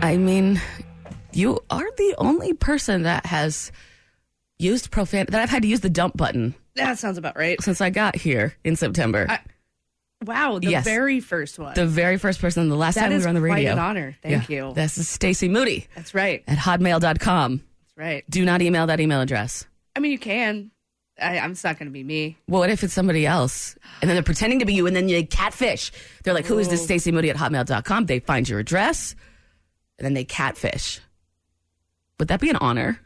I mean, you are the only person that has used profanity that I've had to use the dump button That sounds about right. since I got here in September. I- Wow, the Yes. very first one. the very first person, the last That time we is were on the quite radio. an honor. Thank Yeah. you. This is Stacy Moody That's right. at hotmail.com. That's right. Do not email that email address. I mean, you can. I, I'm just not going to be me. Well, what if it's somebody else? And then they're pretending to be you and then you catfish. They're like, who is this Stacy Moody at hotmail.com? They find your address and then they catfish. Would that be an honor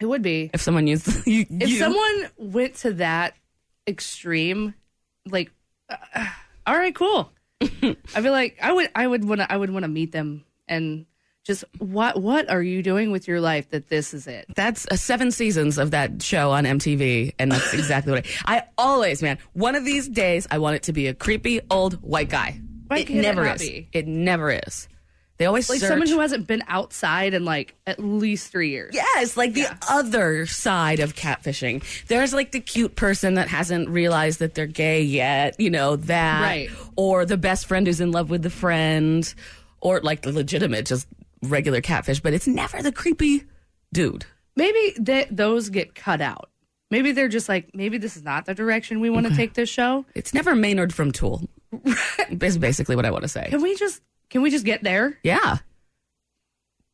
It would be if someone used you? if you? someone went to that extreme. Like, uh, all right, cool. I feel like I would. I would want to. I would want to meet them and just what what are you doing with your life that this is it? That's uh, seven seasons of that show on MTV, and that's exactly what I, I always, man. One of these days, I want it to be a creepy old white guy. Why it can't it never not is. be? It never is. They always Like search. someone who hasn't been outside in like at least three years. Yes, like the other side of catfishing. There's like the cute person that hasn't realized that they're gay yet, you know, that. Right. Or the best friend who's in love with the friend, or like the legitimate, just regular catfish, but it's never the creepy dude. Maybe that those get cut out. Maybe they're just like maybe this is not the direction we want to take this show. It's never Maynard from Tool. Is basically what I want to say. Can we just can we just get there? Yeah.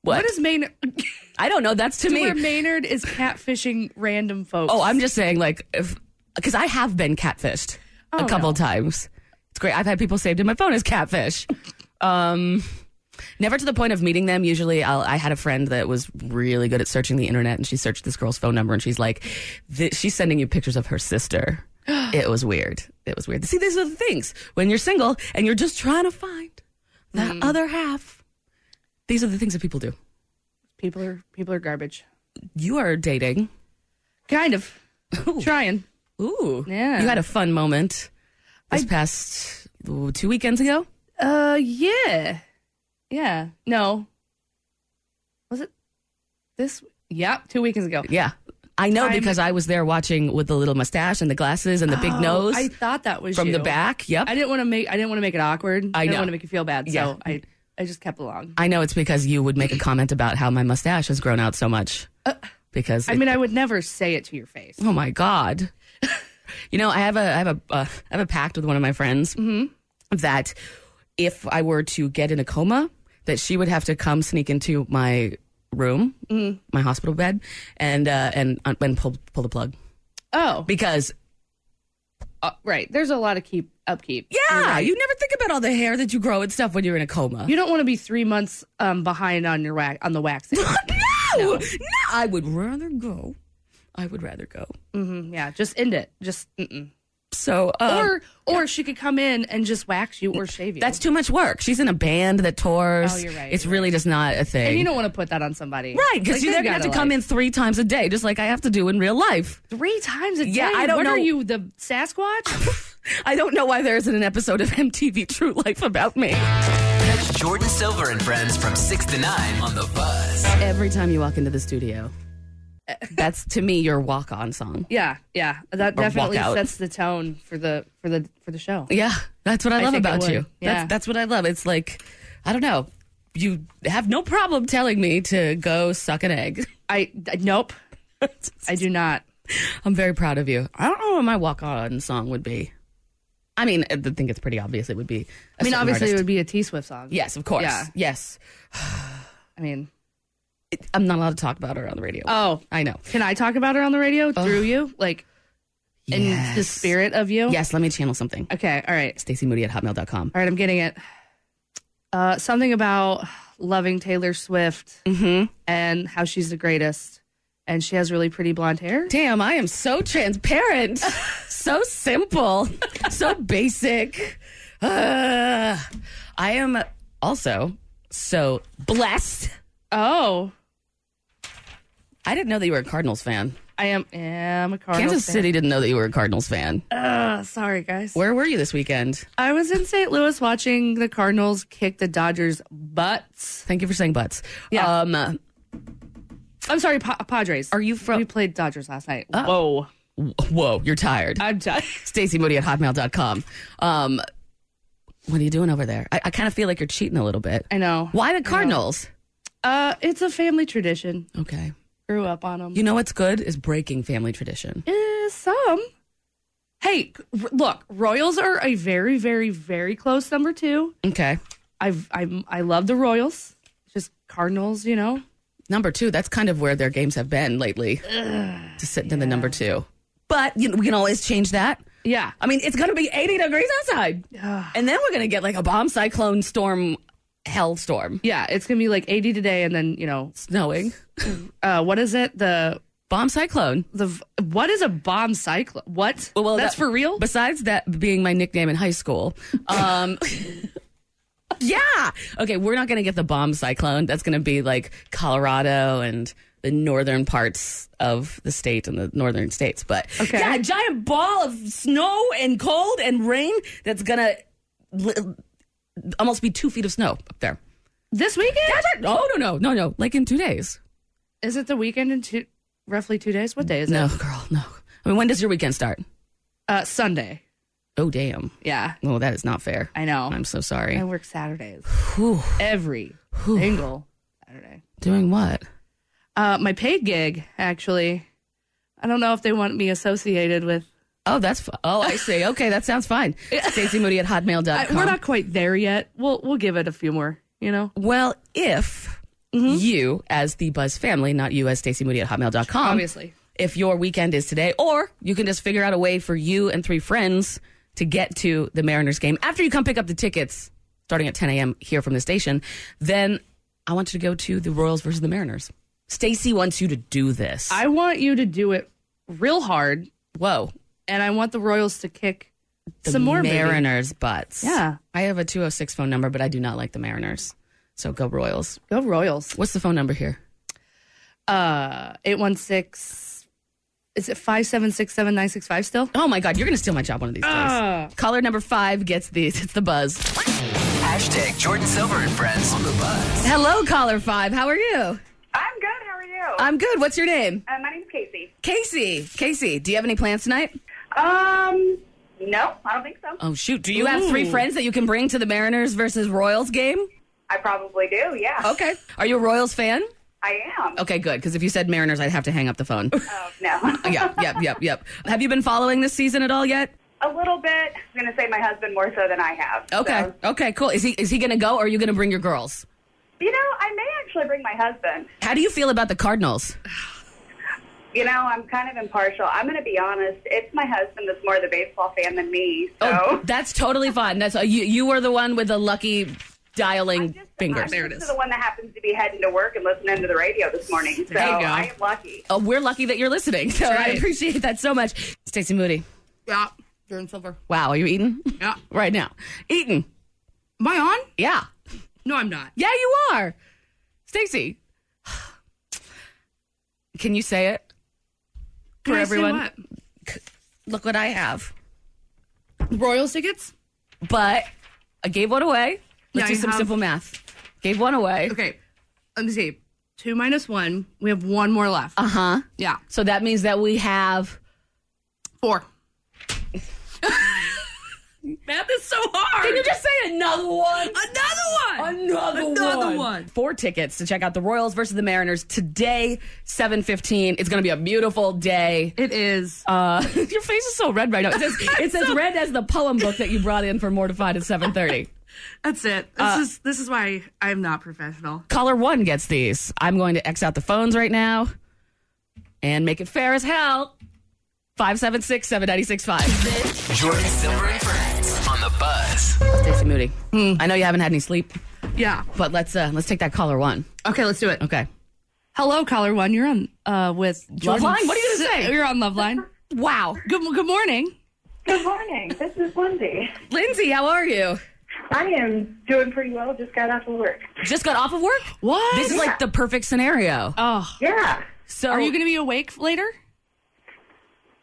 What? What is Maynard? to I don't know. That's to me. where Maynard is catfishing random folks. oh, I'm just saying, like, if because I have been catfished Oh, a couple no. times. It's great. I've had people saved in my phone as catfish. um, never to the point of meeting them. Usually, I'll, I had a friend that was really good at searching the internet, and she searched this girl's phone number, and she's like, "Th- she's sending you pictures of her sister. it was weird. It was weird. See, these are the things when you're single and you're just trying to find that Mm. other half. These are the things that people do. people are people are garbage. You are dating. Kind of trying. Ooh. Yeah. You had a fun moment this past ooh, two weekends ago. Uh, yeah, yeah. No, was it this? Yeah, two weekends ago. Yeah. I know I'm- because I was there watching with the little mustache and the glasses and the big Oh, nose I thought that was from the you. back. Yep. I I, didn't want to make I didn't want to make it awkward. I didn't know. want to make you feel bad. Yeah. So I I just kept along. know it's because you would make a comment about how my mustache has grown out so much. because Uh, I it- mean, I would never say it to your face. oh my god. you know, I have a I have a uh, I have a pact with one of my friends that if I were to get in a coma, that she would have to come sneak into my room, my hospital bed, and uh, and and pull pull the plug. Oh, because uh, right. There's a lot of keep upkeep. yeah, You're right. you never think about all the hair that you grow and stuff when you're in a coma. You don't want to be three months um, behind on your wax on the waxing. no, no, I would rather go. I would rather go. hmm yeah, just end it. Just mm-mm. So, um, or or she could come in and just wax you or shave you. that's too much work. She's in a band that tours. Oh, you're right, It's you're really just not a thing. and you don't want to put that on somebody, right? Because Like, you're they've gonna have got to come in three times a day, just like I have to do in real life. like, three times a day. Yeah, I don't what know. Are you the Sasquatch? I don't know why there isn't an episode of MTV True Life about me. Catch Jordan Silver and friends from 6 to 9 on The Buzz. Every time you walk into the studio, that's to me your walk-on song. yeah, yeah. That Or walk definitely out. sets the tone for the for the for the show. Yeah, that's what I love think I about would. you. Yeah. That's that's what I love. It's like I don't know. You have no problem telling me to go suck an egg. I, I nope. I do not. I'm very proud of you. I don't know what my walk on song would be. I mean, I think it's pretty obvious. It would be. I I mean, obviously it would be a T Swift song. Yes, of course. Yeah. Yes, I mean, I'm not allowed to talk about her on the radio. oh, I know. Can I talk about her on the radio through you? Like in the Yes. spirit of you? Yes, let me channel something. Okay. All right. Stacey Moody at hotmail.com. All right. I'm getting it. Uh, something about loving Taylor Swift Mm-hmm. and how she's the greatest. And she has really pretty blonde hair. Damn, I am so transparent, so simple, so basic. Uh, Ugh. I am also so blessed Oh, I didn't know that you were a Cardinals fan. I am. am a Cardinals Kansas fan. City didn't know that you were a Cardinals fan. Ugh, sorry, guys. Where were you this weekend? I was in St. Louis watching the Cardinals kick the Dodgers' butts. Thank you for saying butts. Yeah. Um, I'm sorry, pa- Padres. are you we from? Oh. played Dodgers last night. Whoa. Whoa, you're tired. I'm done. Stacey Moody at hotmail.com. Um, what are you doing over there? I, I kind of feel like you're cheating a little bit. I know. Why the Cardinals? Uh, it's a family tradition. Okay. Grew up on them. You know what's good is breaking family tradition. Eh, some. Hey, r- look, Royals are a very, very, very close number two. Okay. I've, I'm, I love the Royals. Just Cardinals, you know. Number two, that's kind of where their games have been lately. to sit in the number two. But you know, we can always change that. Yeah. I mean, it's going to be 80 degrees outside. And then we're going to get like a bomb cyclone storm, hell storm. Yeah, it's gonna be like 80 today, and then you know, Snowing. uh, what is it? The Bomb cyclone. the v- what is a bomb cyclone? What? that's that- for real. Besides that being my nickname in high school, um, yeah. Okay, we're not gonna get the bomb cyclone. That's gonna be like Colorado and the northern parts of the state and the northern states. But Okay. yeah, a giant ball of snow and cold and rain that's gonna li- almost be two feet of snow up there. this weekend? Oh no no no no! Like in two days. Is it the weekend in two, roughly two days? What day is No it? girl no. I mean, when does your weekend start? Uh, Sunday. Oh damn! Yeah, Oh, that is not fair. I know. I'm so sorry. I work Saturdays Whew. every single Saturday. Doing what? Uh, my paid gig actually. I don't know if they want me associated with. Oh, that's f- oh, I see. Okay, that sounds fine. Stacey Moody at I, hotmail.com. we're not quite there yet. We'll we'll give it a few more. You know. well, if you, as the Buzz family, not you as Stacey Moody at hotmail.com, Obviously. if your weekend is today, or you can just figure out a way for you and three friends to get to the Mariners game after you come pick up the tickets starting at 10 a.m. here from the station, then I want you to go to the Royals versus the Mariners. Stacey wants you to do this. I want you to do it real hard, Whoa. and I want the Royals to kick the some more. baby. Mariners butts. Yeah. I have a 206 phone number, but I do not like the Mariners. So go Royals. Go Royals. What's the phone number here? Uh, eight one six. Is it five seven six seven nine six five still? Oh my God, you're going to steal my job one of these days. Ah. Caller number five gets these. It's the buzz. Hashtag Jordan Silver and Friends on the bus. Hello, caller five. How are you? I'm good. How are you? I'm good. What's your name? uh, my name's Casey. Casey. Casey, do you have any plans tonight? Um, no, I don't think so. Oh, shoot. Do you have three friends that you can bring to the Mariners versus Royals game? I probably do. Yeah, Okay. Are you a Royals fan? I am. Oh. Okay, good. Because if you said Mariners, I'd have to hang up the phone. Oh, no, yeah, yep, yep, yep. Have you been following this season at all yet? a little bit. I'm gonna say my husband more so than I have. Okay. So, Okay. Cool. Is he is he going to go, or are you going to bring your girls? you know, I may actually bring my husband. How do you feel about the Cardinals? You know, I'm kind of impartial. I'm gonna be honest. It's my husband that's more the baseball fan than me. So. Oh, that's totally fine. That's uh, you. You were the one with the lucky dialing Just- fingers. I'm just the one that happens to be heading to work and listening to the radio this morning. So There you go. I am lucky. Oh, we're lucky that you're listening. So I right. appreciate that so much, Stacey Moody. Yeah, Jordan Silver. Wow, are you eating Yeah. right now? Eating? Am I on? Yeah, No, I'm not. yeah, you are, Stacey. Can you say it for Can I say everyone? Look what I have. what? Royals tickets. But I gave one away. Let's Yeah, do you some have- simple math. Gave one away. Okay, let me see. Two minus one. We have one more left. Uh huh. yeah, So that means that we have. four. Math is so hard. Can you just say another one? Another one. Another, Another one. one. Four tickets to check out the Royals versus the Mariners today, seven fifteen. It's going to be a beautiful day. It is. Uh, your face is so red right now. It's as, it's as red as the poem book that you brought in for Mortified at seven thirty. That's it. This Uh, is this is why I'm not professional. Caller one gets these. I'm going to X out the phones right now, and make it fair as hell. Five seven six seven ninety six five. Jordan Silver and Friends on the bus. Stacey Moody. Hmm. I know you haven't had any sleep, Yeah. but let's uh, let's take that caller one. Okay, let's do it. Okay. Hello, caller one. You're on uh, with Jordan Line? What are you gonna Si- say? You're on Love Line. Wow. Good good morning, Good morning. This is Lindsay. Lindsay, how are you? I am doing pretty well. Just got off of work. Just got off of work? What? This is like the perfect scenario. oh, Yeah. So are you going to be awake later?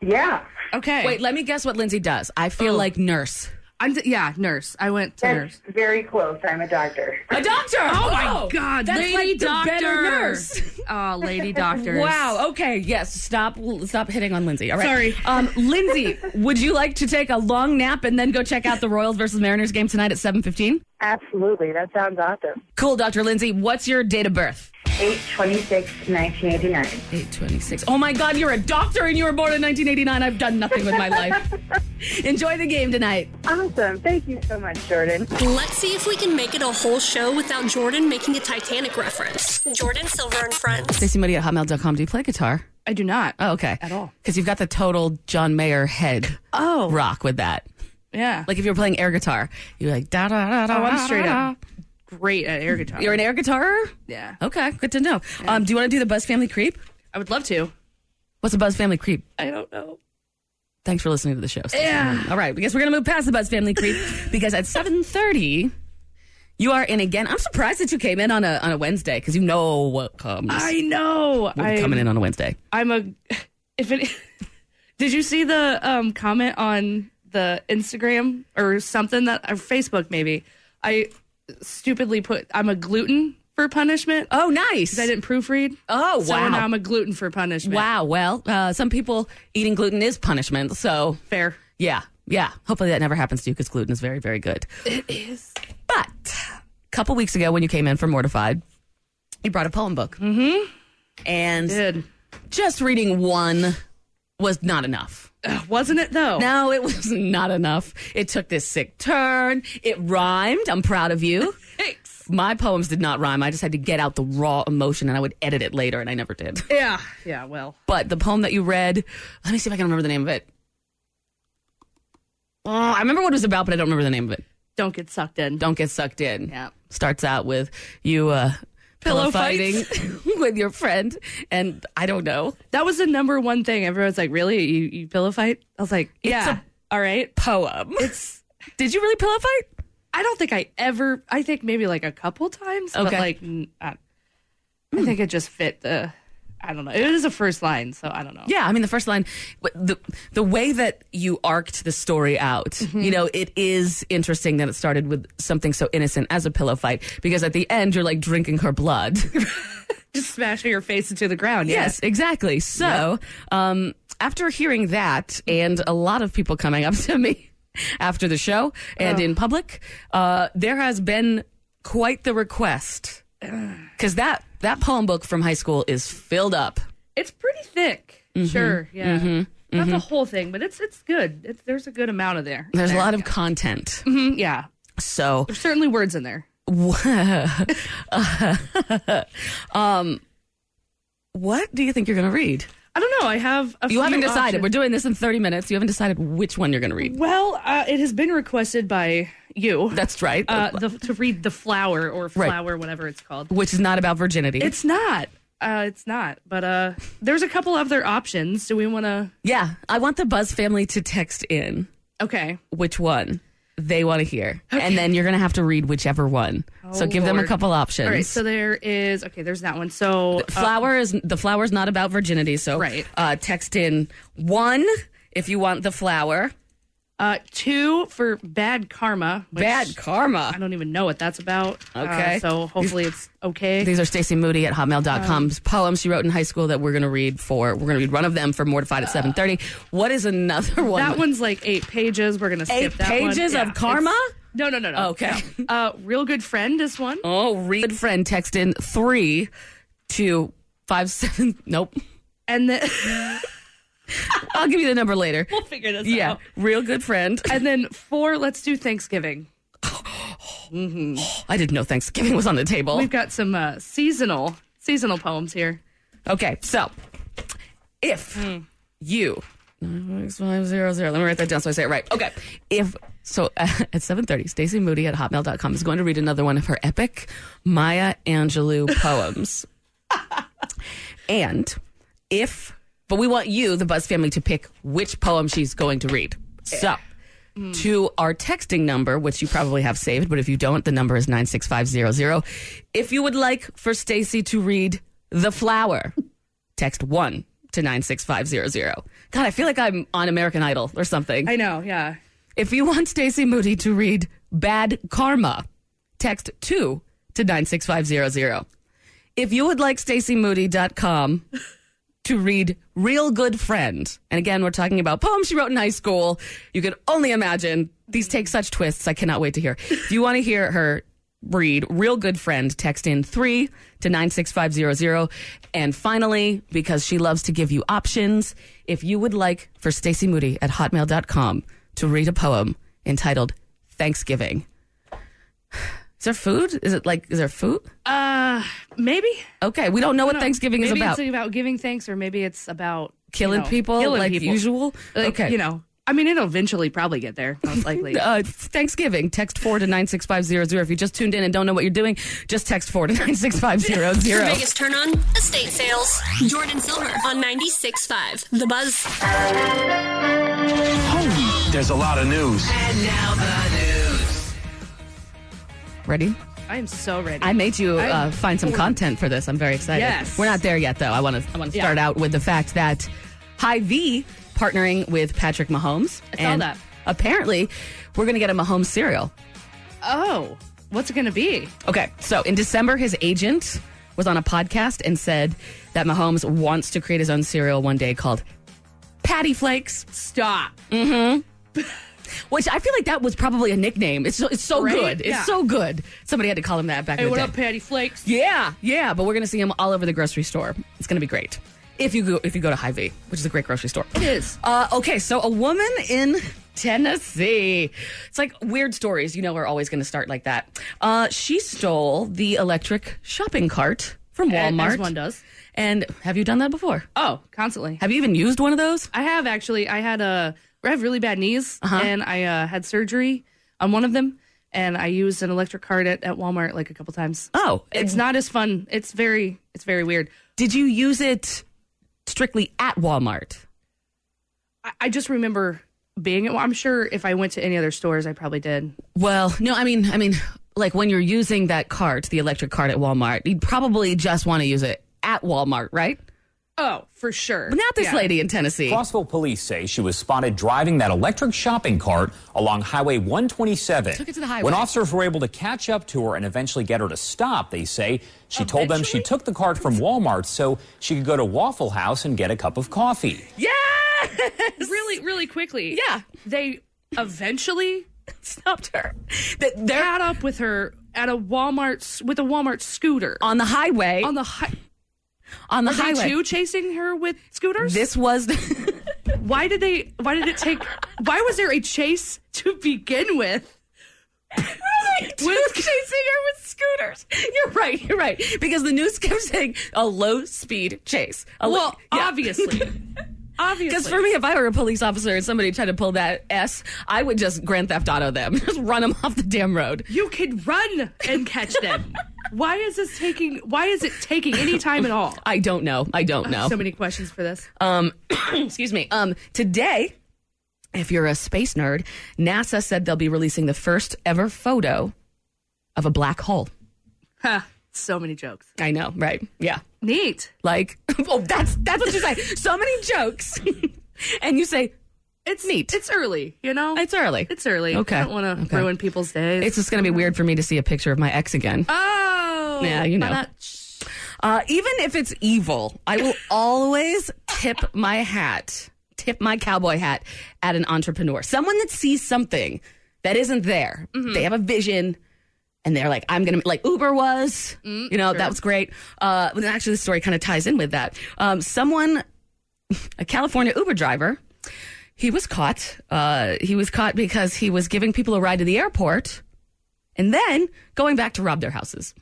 Yeah. Okay. wait? Let me guess what Lindsay does. I feel Oh. like nurse, I'm d- yeah, nurse. I went to That's nurse. very close. I'm a doctor. a doctor. Oh my God, that's lady like the doctor. better nurse. Oh, lady doctors. Wow. Okay. Yes. Stop. Stop hitting on Lindsay. All right. Sorry. Um, Lindsay, would you like to take a long nap and then go check out the Royals versus Mariners game tonight at seven fifteen? Absolutely. That sounds awesome. Cool, Dr. Lindsay. What's your date of birth? 826 1989. 826. Oh my God, you're a doctor and you were born in 1989. I've done nothing with my life. Enjoy the game tonight. Awesome. Thank you so much, Jordan. Let's see if we can make it a whole show without Jordan making a Titanic reference. Jordan Silver and Friends. Stacey Muddy at hotmail.com. Do you play guitar? I do not. Oh, okay. At all. Because you've got the total John Mayer head Oh. rock with that. Yeah. Like if you're playing air guitar, you're like, da da da da. oh, I'm straight up great at air guitar. You're an air guitarer? yeah. Okay, good to know. Um, do you want to do the Buzz Family Creep? I would love to. What's a Buzz Family Creep? I don't know. Thanks for listening to the show. Yeah. All right, because we're gonna move past the Buzz Family Creep because at seven thirty, you are in again. I'm surprised that you came in on a on a Wednesday because you know what comes. I know. We'll be I'm, coming in on a Wednesday. I'm a. If it, did you see the um, comment on the Instagram or something that or Facebook maybe? I stupidly put I'm a gluten for punishment. Oh, nice. 'Cause I didn't proofread. Oh, So wow. now I'm a gluten for punishment. wow. Well, uh, some people eating gluten is punishment. So Fair. yeah, yeah. Hopefully that never happens to you because gluten is very, very good. It is. But a couple weeks ago, when you came in for Mortified, you brought a poem book. Mm-hmm. And Good. just reading one was not enough. Ugh, wasn't it though? No, it was not enough. It took this sick turn. It rhymed. I'm proud of you. Thanks. My poems did not rhyme. I just had to get out the raw emotion and I would edit it later, and I never did. Yeah. Yeah. Well. But the poem that you read, let me see if I can remember the name of it. Oh, I remember what it was about, but I don't remember the name of it. Don't get sucked in. Don't get sucked in. Yep. Starts out with you uh, pillow, Pillow fighting fights. with your friend, and I don't know. That was the number one thing. Everyone's like, "Really? You, you pillow fight?" I was like, It's "Yeah." All right. Poem. It's. Did you really pillow fight? I don't think I ever. I think maybe like a couple times, but Okay. like, n- I, I think it just fit the. I don't know. It was the first line, so I don't know. Yeah, I mean the first line, but the the way that you arced the story out, Mm-hmm. you know, it is interesting that it started with something so innocent as a pillow fight because at the end you're like drinking her blood. Just smashing your face into the ground. yeah. yes, exactly. So, um, after hearing that and a lot of people coming up to me after the show Oh. and in public, uh, there has been quite the request because that that poem book from high school is filled up. It's pretty thick. Mm-hmm. Sure. Yeah. Not the whole thing, but it's it's good. It's, there's a good amount of there. There's a there. lot of content, Mm, yeah. so. There's certainly words in there. um, what do you think you're going to read? I don't know. I have. A You few haven't decided. options. We're doing this in 30 minutes. You haven't decided which one you're going to read. Well, uh, it has been requested by you That's right. uh, the, to read the flower or flower, whatever it's called. which is not about virginity. It's not. Uh, it's not. But uh, there's a couple other options. Do we want to? yeah. I want the Buzz family to text in Okay. which one they want to hear. And then you're going to have to read whichever one. so give them a Oh, Lord. couple options. All right. So there is. Okay. There's that one. So uh, flower is the flower's not about virginity. So Right. uh, text in one if you want the flower. uh, two for bad karma. Which Bad karma. I don't even know what that's about. Uh, Okay. so hopefully it's okay. These are Stacey Moody at Uh. hotmail.com's poems she wrote in high school that we're going to read for, we're going to read one of them for Mortified at 7.30. What is another one? Uh. that one's like eight pages. We're gonna skip Eight that one. pages of Yeah, karma? it's- No, no, no, no. Okay. Uh, real good friend is one. Oh, read friend text in three, two, five, seven. Nope. and then I'll give you the number later. we'll figure this Yeah. out. Real good friend. And then four, let's do Thanksgiving. I didn't know Thanksgiving was on the table. We've got some uh, seasonal seasonal poems here. Okay, so if Hmm. you six five zero zero, let me write that down so I say it right. Okay, if so, uh, at seven thirty, Stacey Moody at hotmail.com is going to read another one of her epic Maya Angelou poems, and if but we want you, the Buzz family, to pick which poem she's going to read. So to our texting number, which you probably have saved, but if you don't, the number is 96500. If you would like for Stacy to read The Flower, text 1 to 96500. God, I feel like I'm on American Idol or something. I know. Yeah. If you want Stacy Moody to read Bad Karma, text 2 to 96500. If you would like stacymoody.com to read Real Good Friend, and again, we're talking about poems she wrote in high school. You can only imagine. These take such twists. I cannot wait to hear. If you want to hear her read Real Good Friend, text in 3 to 96500. And finally, because she loves to give you options, if you would like for Stacy Moody at hotmail.com to read a poem entitled Thanksgiving. Is there food? Is it like, is there food? Uh, maybe. Okay, we don't know what Thanksgiving maybe is about. it's about giving thanks, or maybe it's about you killing know, people killing like people. usual. Like, okay, You know. I mean, it'll eventually probably get there, most likely. Uh, it's Thanksgiving. Text four to nine six five zero zero. If you just tuned in and don't know what you're doing, just text four to nine six five zero Your zero. biggest turn on? Estate sales. Jordan Silver on 96.5. The Buzz. There's a lot of news. And now the news. Ready? I am so ready. I made you uh, I'm find some content for this. I'm very excited. Yes. We're not there yet, though. I want to. I want to Yeah. start out with the fact that High V partnering with Patrick Mahomes. I saw and that. Apparently, we're going to get a Mahomes cereal. oh, what's it gonna be? Okay, so in December, his agent was on a podcast and said that Mahomes wants to create his own cereal one day called Patty Flakes, Stop. which I feel like that was probably a nickname. It's so, it's so Right? good. It's Yeah. so good. Somebody had to call him that back Hey, in the what day. up, Patty Flakes? yeah, yeah, but we're gonna see him all over the grocery store. It's gonna be great if you go if you go to Hy-Vee, which is a great grocery store. It is. Uh, okay, so a woman in Tennessee. It's like weird stories, you know, are always going to start like that. Uh, she stole the electric shopping cart from As- Walmart. as one does. And have you done that before? Oh, constantly. Have you even used one of those? I have actually. I had a. I have really bad knees, Uh-huh. and I uh, had surgery on one of them, and I used an electric cart at, at Walmart like a couple times. Oh, It's not as fun. It's very. It's very weird. Did you use it strictly at Walmart? I, I just remember being at. Wa- I'm sure if I went to any other stores, I probably did. Well, no, I mean, I mean, like when you're using that cart, the electric cart at Walmart, you'd probably just want to use it at Walmart, right? Oh, for sure. But not this Yeah. lady in Tennessee. Crossville police say she was spotted driving that electric shopping cart along Highway 127. Took it to the highway. When officers were able to catch up to her and eventually get her to stop, they say she told them she took the cart from Walmart so she could go to Waffle House and get a cup of coffee. Yes! Really, really quickly. Yeah. They eventually Stopped her. Th- They're caught up with her at a Walmart s- with a Walmart scooter on the highway. on the hi- on the Are they highway. too chasing her with scooters? This was why did they? Why did it take? Why was there a chase to begin with? with chasing her with scooters. You're right. You're right. Because the news kept saying a low speed chase. A low- Well, Yeah. obviously, obviously. Because for me, if I were a police officer and somebody tried to pull that S, I would just Grand Theft Auto them, just run them off the damn road. you could run and catch them. why is this taking? Why is it taking any time at all? I don't know. I don't know. So many questions for this. Excuse me. Um, today, if you're a space nerd, NASA said they'll be releasing the first ever photo of a black hole. Huh. so many jokes. I know, right? Yeah. Neat. Like, oh, that's that's what you say. So many jokes, and you say It's Neat. It's early. You know. it's early. It's early. Okay. I don't want to Okay. ruin people's days. It's just going to be weird for me to see a picture of my ex again. oh. Yeah, you know. Ba-da-ch. Uh, even if it's evil, I will always tip my hat, tip my cowboy hat at an entrepreneur, someone that sees something that isn't there. They have a vision. And they're like, I'm gonna like Uber was, you know, that was great. Uh, but actually, the story kind of ties in with that. Um, someone, a California Uber driver, he was caught. Uh, he was caught because he was giving people a ride to the airport, and then going back to rob their houses.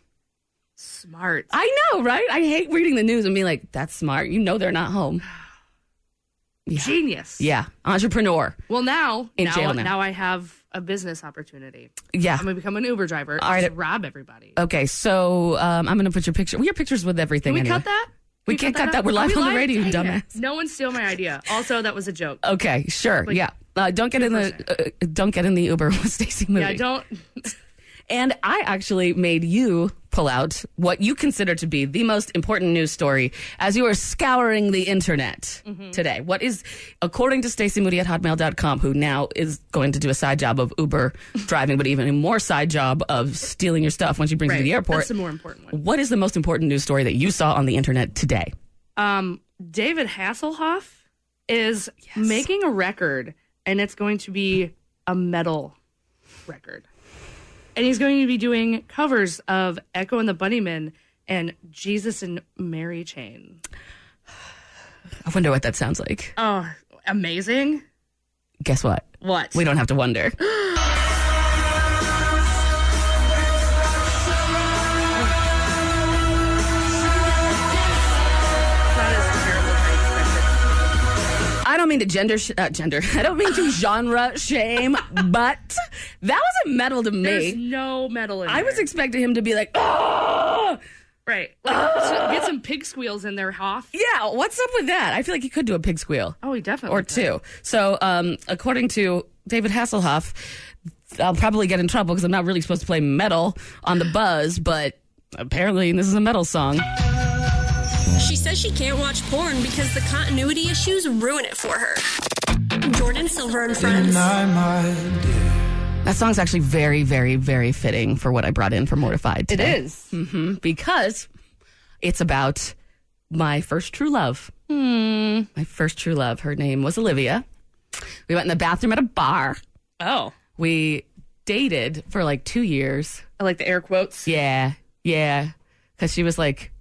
Smart. I know, right? I hate reading the news and being like, that's smart. You know they're not home. Genius. Yeah. Entrepreneur. Well, now, In now, jail now. I have a business opportunity. Yeah. I'm gonna become an Uber driver All All right. right. to rob everybody. Okay, so um, I'm going to put your picture. Well, your picture's with everything. Can we anyway. cut that? We Can can't cut that. We're Are live we on the radio, you Dang it. dumbass. No one steal my idea. Also, that was a joke. Okay, sure. yeah. Uh, don't get in the uh, don't get in the Uber with Stacy movie. Yeah, don't. And I actually made you pull out what you consider to be the most important news story as you are scouring the internet Mm-hmm. today. What is, according to Stacey Moody at Hotmail.com, who now is going to do a side job of Uber driving, but even a more side job of stealing your stuff when she brings you to the Right. airport. That's the more important one. What is the most important news story that you saw on the internet today? Um, David Hasselhoff is making a record, and it's going to be a metal record. And he's going to be doing covers of Echo and the Bunnymen and Jesus and Mary Chain. I wonder what that sounds like. Oh, amazing. Guess what? What? We don't have to wonder. That is terrible. I expected. I don't mean to gender, sh- uh, gender. I don't mean to genre shame, but that wasn't metal to me. There's no metal in I was there. expecting him to be like, oh, right. Like, so get some pig squeals in there, Hoff. yeah, what's up with that? I feel like he could do a pig squeal Oh, he definitely or could. two. So, um, according to David Hasselhoff, I'll probably get in trouble because I'm not really supposed to play metal on the buzz, but apparently this is a metal song. She says she can't watch porn because the continuity issues ruin it for her. Jordan Silver and Friends. That song's actually very, very, very fitting for what I brought in for Mortified It today. is. because it's about my first true love. Hmm. My first true love. Her name was Olivia. We went in the bathroom at a bar. Oh. we dated for like two years. I like the air quotes. Yeah, yeah, because she was like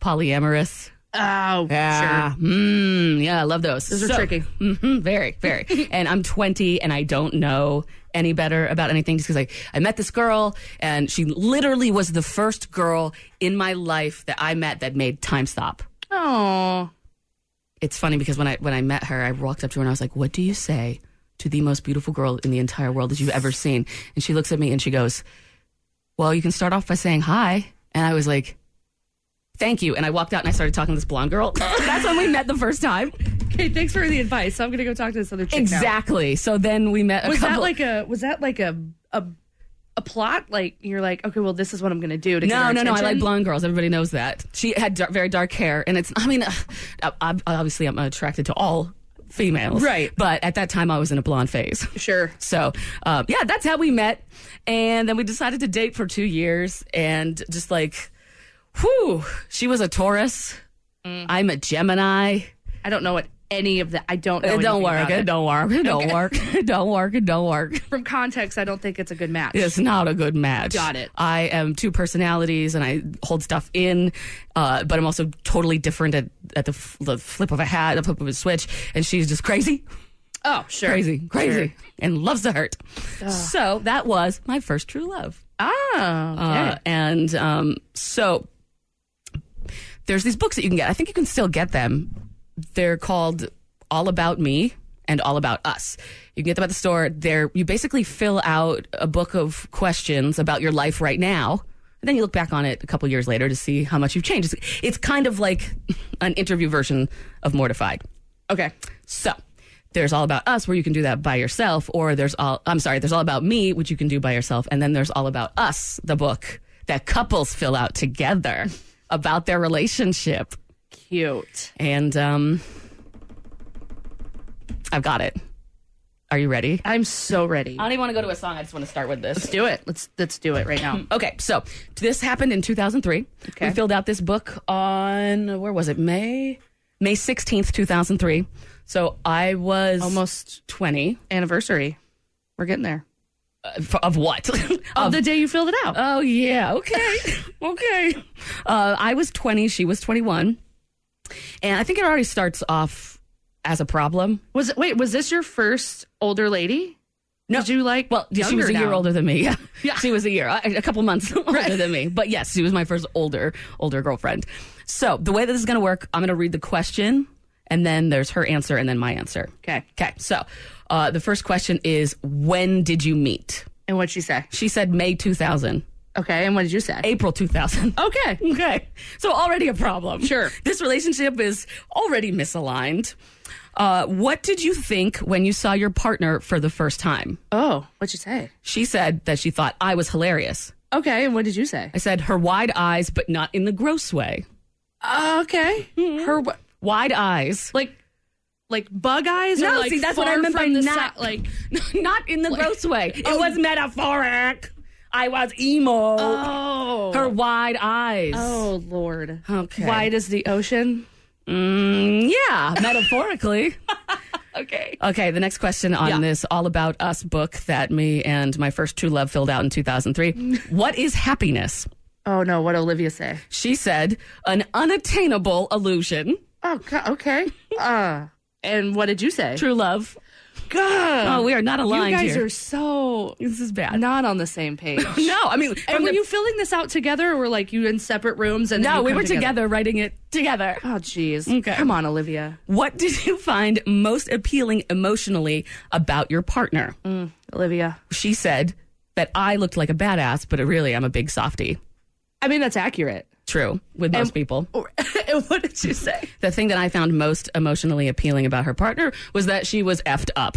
polyamorous. Oh, sure. mm, yeah, I love those. Those are tricky. hmm very, very. and I'm 20 and I don't know any better about anything just because like I met this girl and she literally was the first girl in my life that I met that made time stop. Oh. It's funny because when I when I met her, I walked up to her and I was like, "What do you say to the most beautiful girl in the entire world that you've ever seen?" And she looks at me and she goes, "Well, you can start off by saying hi." And I was like, "Thank you." And I walked out and I started talking to this blonde girl. That's when we met the first time. Okay, thanks for the advice. So I'm gonna go talk to this other chick now. Exactly. So then we met. A Was couple- that like a was that like a a a plot? Like you're like, okay, well, this is what I'm gonna do to get No, her no, no. I like attention? blonde girls. Everybody knows that. She had dar- very dark hair, and it's. I mean, uh, ob- obviously, I'm attracted to all females, Right. But at that time, I was in a blonde phase. Sure. So, um, yeah, that's how we met. And then we decided to date for two years and just like, whew, she was a Taurus. Mm. I'm a Gemini. I don't know what any of that. I don't know. It anything Uh, don't work. Oh, about It it. don't work. It don't work. It don't work. It don't work. From context, I don't think it's a good match. It's not a good match. Got it. I am two personalities and I hold stuff in, uh, but I'm also totally different at, at the, f- the flip of a hat, the flip of a switch. And she's just crazy. Oh, sure. crazy, crazy, and loves to hurt. So that was my first true love. Oh, Uh, okay. and um, so there's these books that you can get. I think you can still get them. They're called All About Me and All About Us. You can get them at the store. They're, you basically fill out a book of questions about your life right now. And then you look back on it a couple years later to see how much you've changed. It's, it's kind of like an interview version of Mortified. okay. So there's all about us where you can do that by yourself, or there's all I'm sorry, there's all about me, which you can do by yourself, and then there's all about us, the book that couples fill out together about their relationship. Cute. And um I've got it. Are you ready? I'm so ready. I don't even want to go to a song. I just want to start with this. Um, Let's do it. Let's let's do it right now. Okay, so this happened in 2003. Okay. We filled out this book on where was it? May May 16th, 2003. So I was Almost 20. anniversary. We're getting there. F- of what? Of Of- the day you filled it out. oh yeah, okay, okay. Uh, I was twenty, she was twenty-one, and I think it already starts off as a problem. was it? Wait, was this your first older lady? No. Did you like? Well, she younger was a year now? older than me. Yeah, Yeah. she was a year, a, a couple months older than me. But yes, she was my first older, older girlfriend. So the way this is going to work, I'm going to read the question, and then there's her answer, and then my answer. Okay. Okay. So uh, the first question is, when did you meet? And what'd she say? She said May 2000, Okay. And what did you say? April 2000. Okay. Okay. So already a problem. Sure. This relationship is already misaligned. Uh, what did you think when you saw your partner for the first time? Oh, what'd you say? She said that she thought I was hilarious. Okay, and what did you say? I said her wide eyes, but not in the gross way. Uh, okay, her what? Wide eyes. Like, like bug eyes? or No, like see, that's what I far meant by from the not- si- like. not in the gross way. It was metaphoric. I was emo. Oh, her wide eyes. oh Lord. Okay. Wide as the ocean. Mm, yeah, metaphorically. Okay. Okay, the next question on Yeah. this All About Us book that me and my first true love filled out in 2003. what is happiness? Oh no, what Olivia say? She said, an unattainable illusion. Oh, God, okay. uh, and what did you say? True love. God, Oh, we are not you aligned guys here. are so this is bad. not on the same page. no, I mean, from And were the- you filling this out together, or were like you in separate rooms? And then no, you we come were together writing it together. Oh, jeez. Okay. Come on, Olivia. What did you find most appealing emotionally about your partner? Olivia. She said that I looked like a badass, but really I'm a big softie. I mean, that's accurate. True, with most And- people. Or- and what did you say? The thing that I found most emotionally appealing about her partner was that she was effed up.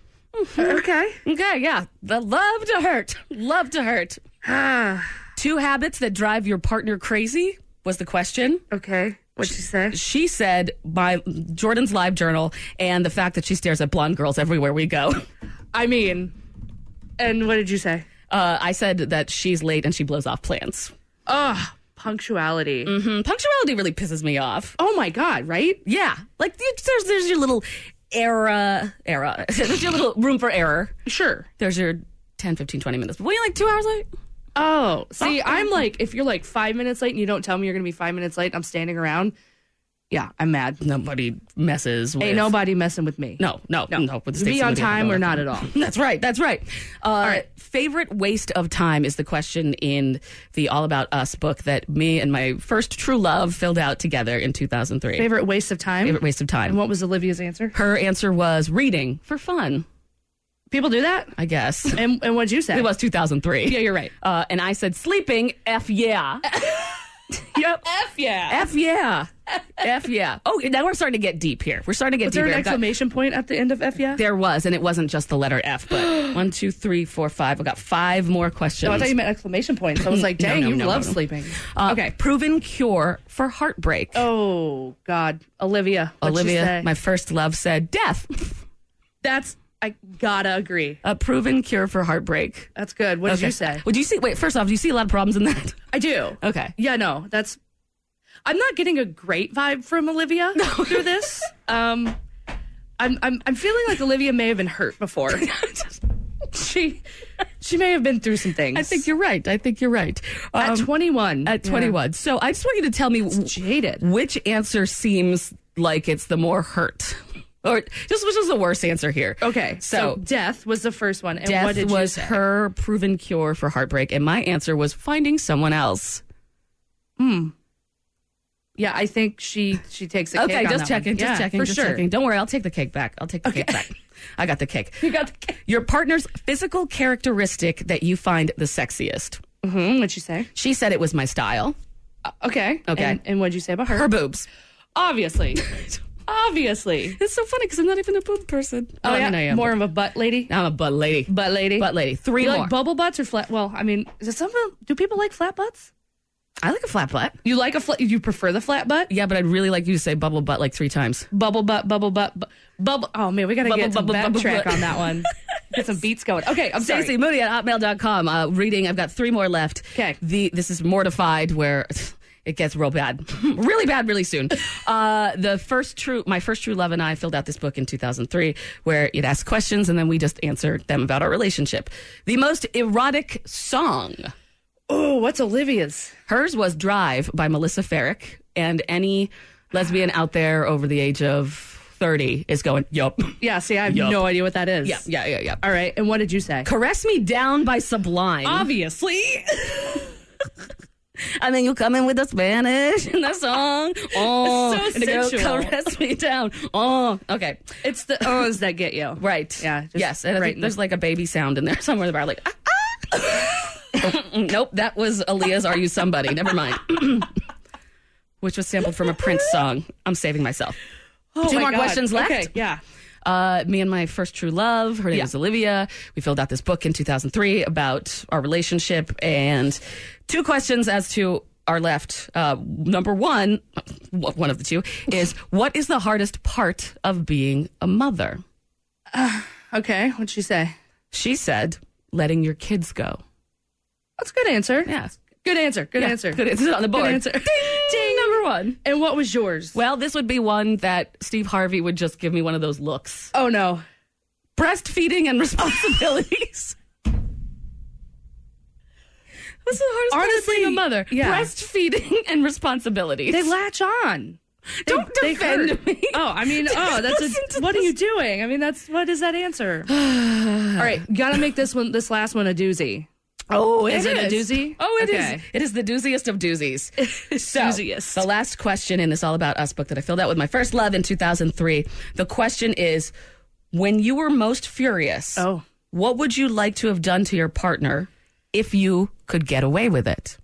okay. Okay, yeah. The love to hurt. Love to hurt. Two habits that drive your partner crazy was the question. Okay. What'd you say? She said by Jordan's live journal and the fact that she stares at blonde girls everywhere we go. I mean, and what did you say? Uh, I said that she's late and she blows off plans. Ugh, punctuality. Mm, Punctuality really pisses me off. Oh my God, right? Yeah, like there's there's your little era era. there's your little room for error. Sure. There's your 10, 15, 20 minutes. But what are you like two hours late? Oh, see, I'm like, if you're like five minutes late and you don't tell me you're going to be five minutes late, I'm standing around. Yeah, I'm mad. Nobody messes with. Ain't nobody messing with me. No, no, no. no with the Be States on of the time or Union. not at all. That's right. That's right. Uh, Favorite waste of time is the question in the All About Us book that me and my first true love filled out together in 2003. Favorite waste of time? Favorite waste of And time. what was Olivia's answer? Her answer was reading for fun, People do that? I guess. And, and what'd you say? It was 2003. Yeah, you're right. Uh, and I said, sleeping, F yeah. yep. F yeah. F yeah. F yeah. Oh, now we're starting to get deep here. We're starting to get Was deep. there an deeper. I've got- exclamation point at the end of F E yeah? there was, and it wasn't just the letter F, but one, two, three, four, five. I've got five more questions. No, Oh, I thought you meant exclamation points. I was like, No, dang, no, you no, love no, no. sleeping. Uh, okay. Proven cure for heartbreak. Oh, God. Olivia. what'd you Olivia, say? my first love, said death. That's, I gotta agree. A proven cure for heartbreak. That's good. What did you say? Would you see? Wait, first off, do you see a lot of problems in that? I do. Okay. Yeah, no, that's. I'm not getting a great vibe from Olivia through this. Um, I'm, I'm I'm feeling like Olivia may have been hurt before. she she may have been through some things. I think you're right. I think you're right. at Um, 21. at yeah. 21. So I just want you to tell me w- jaded. which answer seems like it's the more hurt, or just which is the worst answer here. Okay, so, So, death was the first one, and what death did was you say? her proven cure for heartbreak, and my answer was finding someone else. Yeah, I think she she takes a Okay, cake just on that one. checking, just Yeah, checking, for just sure. checking. Don't worry, I'll take the cake back. I'll take the cake back. I got the cake. You got the cake. Your partner's physical characteristic that you find the sexiest. Mm, what'd you say? She said it was my style. Okay, Uh, Okay. And, and what'd you say about her? Her boobs. Obviously, obviously. It's so funny because I'm not even a boob person. Oh, I mean, I am. more of a butt lady. I'm a butt lady. Butt lady. Butt lady. Three You more. like bubble butts or flat? Well, I mean, is it some do people like flat butts? I like a flat butt. You like a flat? You prefer the flat butt? Yeah, but I'd really like you to say bubble butt like three times. Bubble butt, bubble butt, bu- bubble. Oh man, we gotta Bubble, get some bubble, bubble backtrack butt. on that one. get some beats going. Okay, I'm sorry. Stacey Moody at hotmail.com. Uh, reading, I've got three more left. 'Kay. The This is Mortified, where it gets real bad. really bad, really soon. Uh, the first true, my first true love and I filled out this book in 2003, where it asks questions and then we just answer them about our relationship. The most erotic song. Oh, what's Olivia's? Hers was Drive by Melissa Ferrick, and any lesbian out there over the age of 30 is going, yup. Yeah, see, I have Yup. no idea what that is. Yeah, yeah, yeah, yeah. All right, and what did you say? Caress Me Down by Sublime. Um, Obviously. and then you come in with the Spanish in the song. Oh, It's so and it goes, sensual. caress me down. Oh, okay. It's the O's that get you. Right. Yeah, just yes. And I right think in there's the- like a baby sound in there somewhere in the bar, like, ah, ah. nope, that was Aaliyah's Are You Somebody. Never mind. which was sampled from a Prince song. I'm saving myself. Oh Two my more God. questions left? Okay, yeah. Uh, me and my first true love, her name was Olivia. We filled out this book in 2003 about our relationship, and two questions as to are left. Uh, number one, w- one of the two, is what is the hardest part of being a mother? Okay, what'd she say? She said, letting your kids go. That's a good answer. Yeah. Good answer. Good Yeah, answer. Good answer on the board. answer. Ding, number one. And what was yours? Well, this would be one that Steve Harvey would just give me one of those looks. oh no. Breastfeeding and responsibilities. What's the hardest part of being a Honestly, mother? yeah. Breastfeeding and responsibilities. They latch on. They- Don't they defend hurt. me. Oh, I mean, oh, that's Listen a, to what are this. you doing? I mean, that's what is that answer? All right, gotta make this one, this last one, a doozy. Oh, is it a doozy? Oh, it is. Okay. It is the dooziest of doozies. so, Dooziest. The last question in this All About Us book that I filled out with my first love in 2003. The question is when you were most furious, Oh. what would you like to have done to your partner if you could get away with it?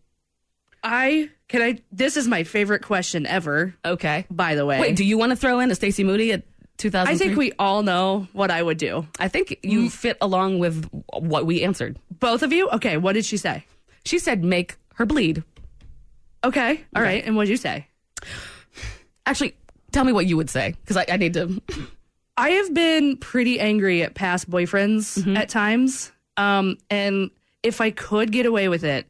I can I. This is my favorite question ever. Okay. By the way, Wait, do you want to throw in a Stacey Moody at 2003? I think we Mm. all know what I would do. I think you fit along with what we answered. Both of you. Okay, what did she say? She said make her bleed. Okay, all right. And what did you say? Actually, tell me what you would say because I, I need to. I have been pretty angry at past boyfriends Mm-hmm. at times. Um, and if I could get away with it,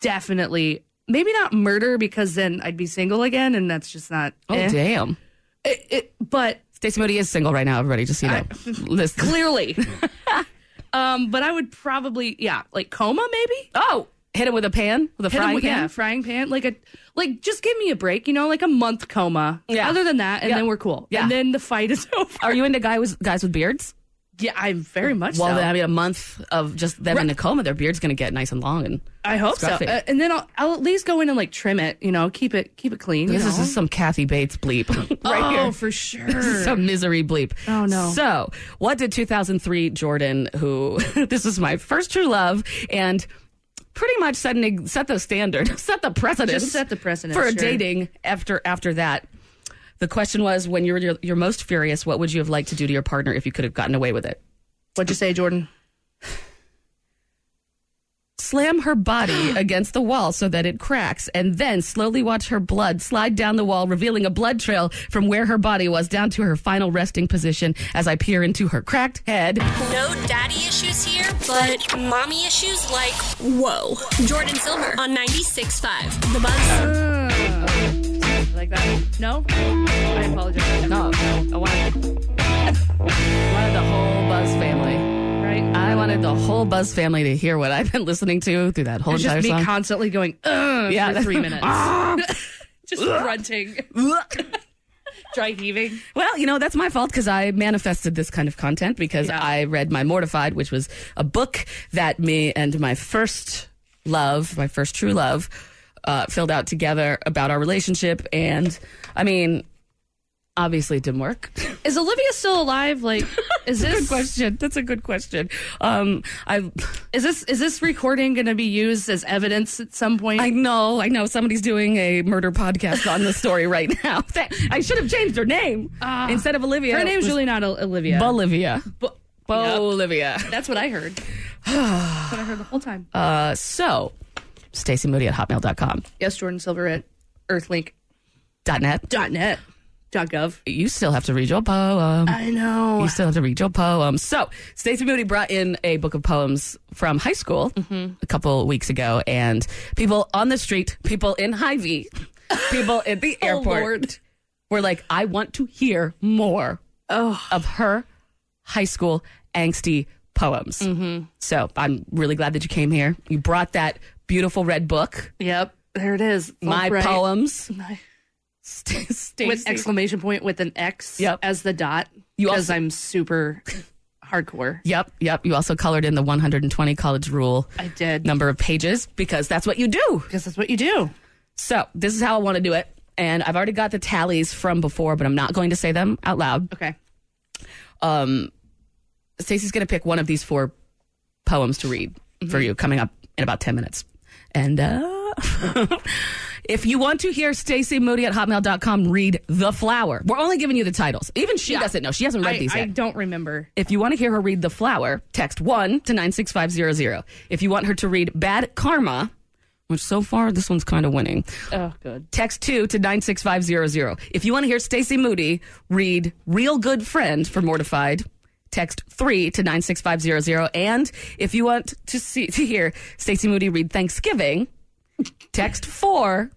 definitely, maybe not murder because then I'd be single again, and that's just not. Oh, eh. damn. It- it- but Stacey Moody is single right now, everybody. Just so you know, listen. clearly, um, but I would probably, yeah, like coma maybe. Oh, hit him with a pan, with a Hit him frying with- pan. Yeah, frying pan. Like a, like just give me a break. You know, like a month coma. Yeah. Other than that, and Yeah. then we're cool. Yeah. And then the fight is over. Are you into guy with, guys with beards? Yeah, I'm very much. Well, so. then, I mean, a month of just them in a coma, their beard's going to get nice and long. And I hope Scruffy. so. Uh, and then I'll, I'll at least go in and like trim it, you know, keep it keep it clean. you this is know? just some Kathy Bates bleep right oh, here. for sure. Some misery bleep. Oh, no. So, what did 2003 Jordan, who this is my first true love, and pretty much set an, ex- set the standard, set the precedent, Just set the precedent, for sure. dating after after that. The question was, when you were your, your most furious, what would you have liked to do to your partner if you could have gotten away with it? What'd you say, Jordan? slam her body against the wall so that it cracks, and then slowly watch her blood slide down the wall, revealing a blood trail from where her body was down to her final resting position as I peer into her cracked head. No daddy issues here, but mommy issues like, whoa. Jordan Silver on 96.5. The Buzz. Like that? No? I apologize. No, I wanted, I wanted the whole Buzz family. Right? I wanted the whole Buzz family to hear what I've been listening to through that whole It's entire just me song. constantly going, ugh, Yeah. for three minutes. just grunting, dry heaving. Well, you know, that's my fault because I manifested this kind of content because Yeah. I read My Mortified, which was a book that me and my first love, my first true love, uh, filled out together about our relationship. And I mean, obviously it didn't work. Is Olivia still alive? Like, is good this question. That's a good question. Um, I, is this is this recording going to be used as evidence at some point? I know, I know somebody's doing a murder podcast on this story right now. That- I should have changed her name instead of Olivia. Ah. Her it name's was really not O- Olivia. Bolivia. Yep. Bolivia. That's what I heard. Uh, That's what I heard the whole time. So, Stacey Moody at hotmail.com. yes, Jordan Silver at earthlink.net. Dot net. Dot gov. You still have to read your poem. I know. You still have to read your poem. So, Stacey Moody brought in a book of poems from high school a couple weeks ago, and people on the street, people in Hy-Vee, people at the airport Oh, Lord. were like, I want to hear more of her high school angsty poems. Mm-hmm. So, I'm really glad that you came here. You brought that beautiful red book, Yep, there it is. My Albright. Poems. My- Stacey. With exclamation point with an X Yep. as the dot. You Because also- I'm super hardcore. Yep, yep. You also colored in the 120 college rule I did. number of pages because that's what you do. Because that's what you do. So, this is how I want to do it. And I've already got the tallies from before, but I'm not going to say them out loud. Okay. Stacey's going to pick one of these four Mm-hmm. poems to read for you coming up in about 10 minutes. And uh, If you want to hear Stacey Moody at hotmail.com read The Flower, we're only giving you the titles. Even she doesn't know. She hasn't read I, these I yet. don't remember. If you want to hear her read The Flower, text 1 to 96500. If you want her to read Bad Karma, which so far this one's kind of winning, Oh, good. text 2 to 96500. If you want to hear Stacey Moody read Real Good Friend for Mortified, text 3 to 96500. And if you want to see to hear Stacey Moody read Thanksgiving, text 4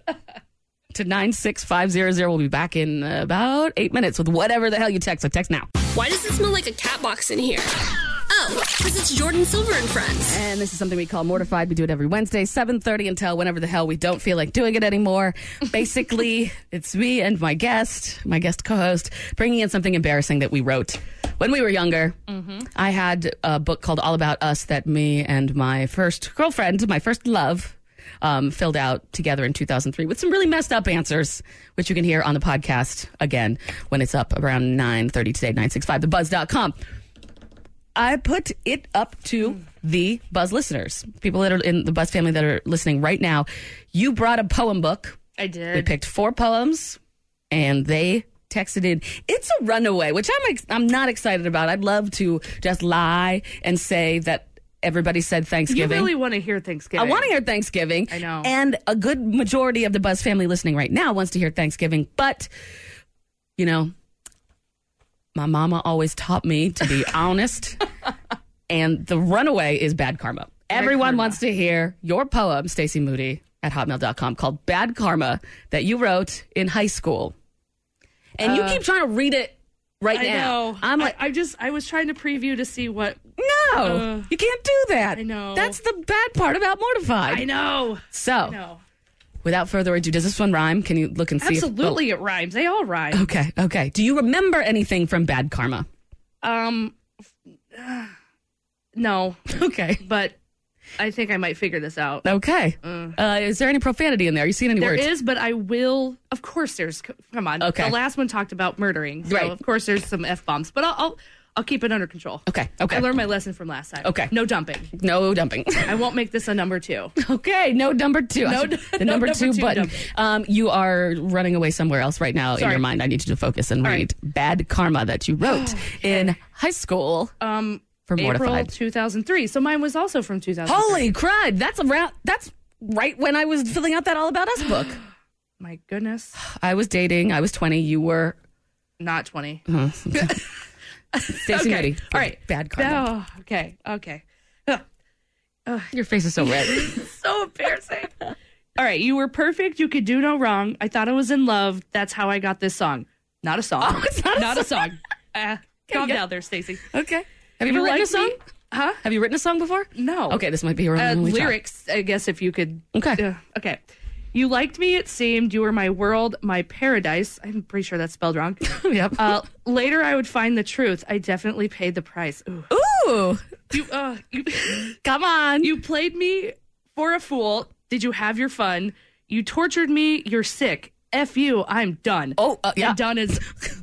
to 96500. We'll be back in about 8 minutes with whatever the hell you text. So text now. Why does it smell like a cat box in here? Oh, because it's Jordan Silver and Friends. And this is something we call mortified. We do it every Wednesday, 7:30 until whenever the hell we don't feel like doing it anymore. Basically, it's me and my guest, my guest co-host, bringing in something embarrassing that we wrote when we were younger. I had a book called All About Us that me and my first girlfriend, my first love, um, filled out together in 2003 with some really messed up answers, which you can hear on the podcast again when it's up around 9:30 today, 965thebuzz.com. I put it up to the Buzz listeners, people that are in the Buzz family that are listening right now. You brought a poem book. I We did. picked four poems, and they texted in. It's a runaway, which I'm ex- I'm not excited about. I'd love to just lie and say that everybody said you Thanksgiving. really want to hear I Thanksgiving? want to hear Thanksgiving. I know. And a good majority of the Buzz family listening right now wants to hear Thanksgiving, but you know, my mama always taught me to be honest. And the runaway is bad karma. Everyone karma. wants to hear your poem, Stacey Moody at hotmail.com called Bad Karma that you wrote in high school. And you keep trying to read it right Uh, I now. know. I'm like, I, I just, I was trying to preview to see what. no, Ugh. you can't do that. Uh, I know. That's the bad part about mortified. I know. So, No, without further ado, does this one rhyme? Can you look and see? if- absolutely, it rhymes. They all rhyme. oh, okay. Okay. Do you remember anything from Bad Karma? Um, no, Okay. but I think I might figure this out. Okay. Uh, is there any profanity in there? You seen any Mm. There words? is, but I will. Of course, there's. Come on. Okay. The last one talked about murdering, so Right. of course there's some f bombs, but I'll, I'll I'll keep it under control. Okay, okay. I learned my lesson from last time. Okay. No dumping. No dumping. I won't make this a number two. okay. No number two. I No- should- the no number, number two, two button. dumping. Um, you are running away somewhere else right now in Sorry. your mind. I need you to focus and right. read Bad Karma that you wrote in high school Um, for April Mortified. 2003. So mine was also from 2003. Holy crud. That's around. That's right when I was filling out that All About Us book. my goodness, I was dating. I was 20. You were not 20. Stacey Okay. Moody. All right. Bad karma. Oh, okay, okay. Your face is so red. So embarrassing. All right, you were perfect. You could do no wrong. I thought I was in love. That's how I got this song. Not a song. Oh, it's not a song. Uh, calm yeah. down there, Stacy. okay. Have you ever written like a song? me? Huh? Have you written a song before? No. Okay, this might be your Uh, only job. lyrics, I guess, if you could. Okay. Uh, okay. You liked me, it seemed. You were my world, my paradise. I'm pretty sure that's spelled wrong. Yep. Uh, later, I would find the truth. I definitely paid the price. Ooh. Ooh, You, uh, you, come on. You played me for a fool. Did you have your fun? You tortured me. You're sick. F you. I'm done. Oh, uh, And yeah. done is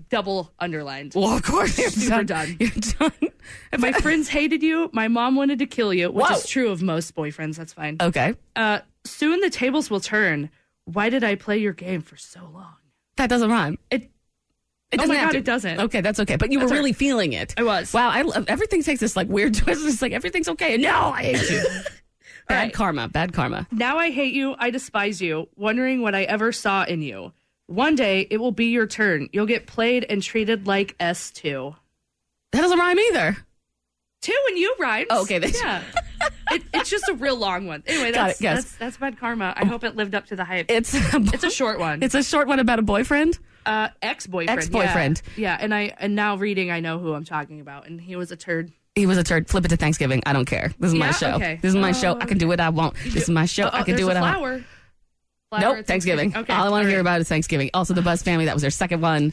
double underlined. well, of course you're Super done. You're done. My friends hated you. My mom wanted to kill you, which Whoa. is true of most boyfriends. That's fine. Okay, Uh, soon the tables will turn. Why did I play your game for so long? that doesn't rhyme. It- It Oh doesn't my have to. God, it doesn't. Okay, that's okay. But you were all really feeling it. I was. Wow, I love, everything takes this like weird twist. It's like everything's okay. No, I hate you. bad right. karma. Bad karma. Now I hate you. I despise you. Wondering what I ever saw in you. One day it will be your turn. You'll get played and treated like S2. That doesn't rhyme either. Two and you rhymes. Oh, okay, that's- yeah. it, it's just a real long one. Anyway, Got that's, it, yes. that's that's bad karma. I hope it lived up to the hype. It's it's a short one. It's a short one about a boyfriend. uh, ex boyfriend. Ex-boyfriend. Yeah. yeah, and I and now reading, I know who I'm talking about, and he was a turd. He was a turd. Flip it to Thanksgiving. I don't care. This is my Yeah? show. Okay. This is my Oh, show. I can do what I want. This is my show. Oh, I can there's do what a I want. flower. Flower Nope, at Thanksgiving. Okay, All I want to okay. hear about is Thanksgiving. Also, the Buzz family. That was their second one.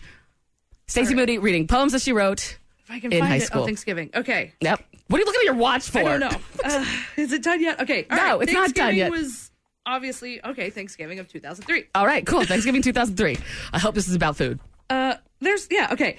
Stacey Moody reading poems that she wrote. If I can in find high it. school. Oh, Thanksgiving. Okay. Yep. What are you looking at your watch for? I don't know. Uh, is it done yet? Okay. all No, right. it's not done Thanksgiving yet. Was obviously okay. Thanksgiving of 2003. All right, cool. Thanksgiving 2003. I hope this is about food. Uh, there's yeah. Okay,